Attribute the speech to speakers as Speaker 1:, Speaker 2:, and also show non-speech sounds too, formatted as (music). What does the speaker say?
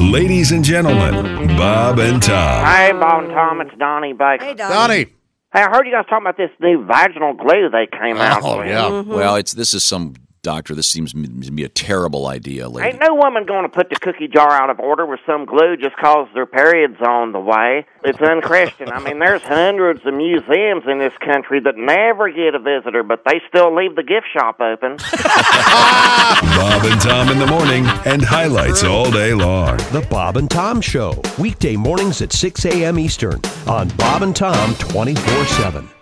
Speaker 1: Ladies and gentlemen, Bob and
Speaker 2: (laughs)
Speaker 1: Tom.
Speaker 2: Hey, Bob and Tom, it's Donnie Baker.
Speaker 3: Hey,
Speaker 2: Hey,
Speaker 3: Donnie.
Speaker 4: Donnie.
Speaker 2: I heard you guys talking about this new vaginal glue they came out
Speaker 4: Oh,
Speaker 2: with.
Speaker 4: yeah.
Speaker 5: Well, it's this is some doctor. This seems m- to be a terrible idea, lady.
Speaker 2: Ain't no woman going to put the cookie jar out of order with some glue just 'cause their period's on the way. It's unchristian. I mean, there's hundreds of museums in this country that never get a visitor, but they still leave the gift shop open.
Speaker 1: Bob and Tom in the morning and highlights all day long.
Speaker 6: The Bob and Tom Show, weekday mornings at 6 a.m. Eastern on Bob and Tom 24 7.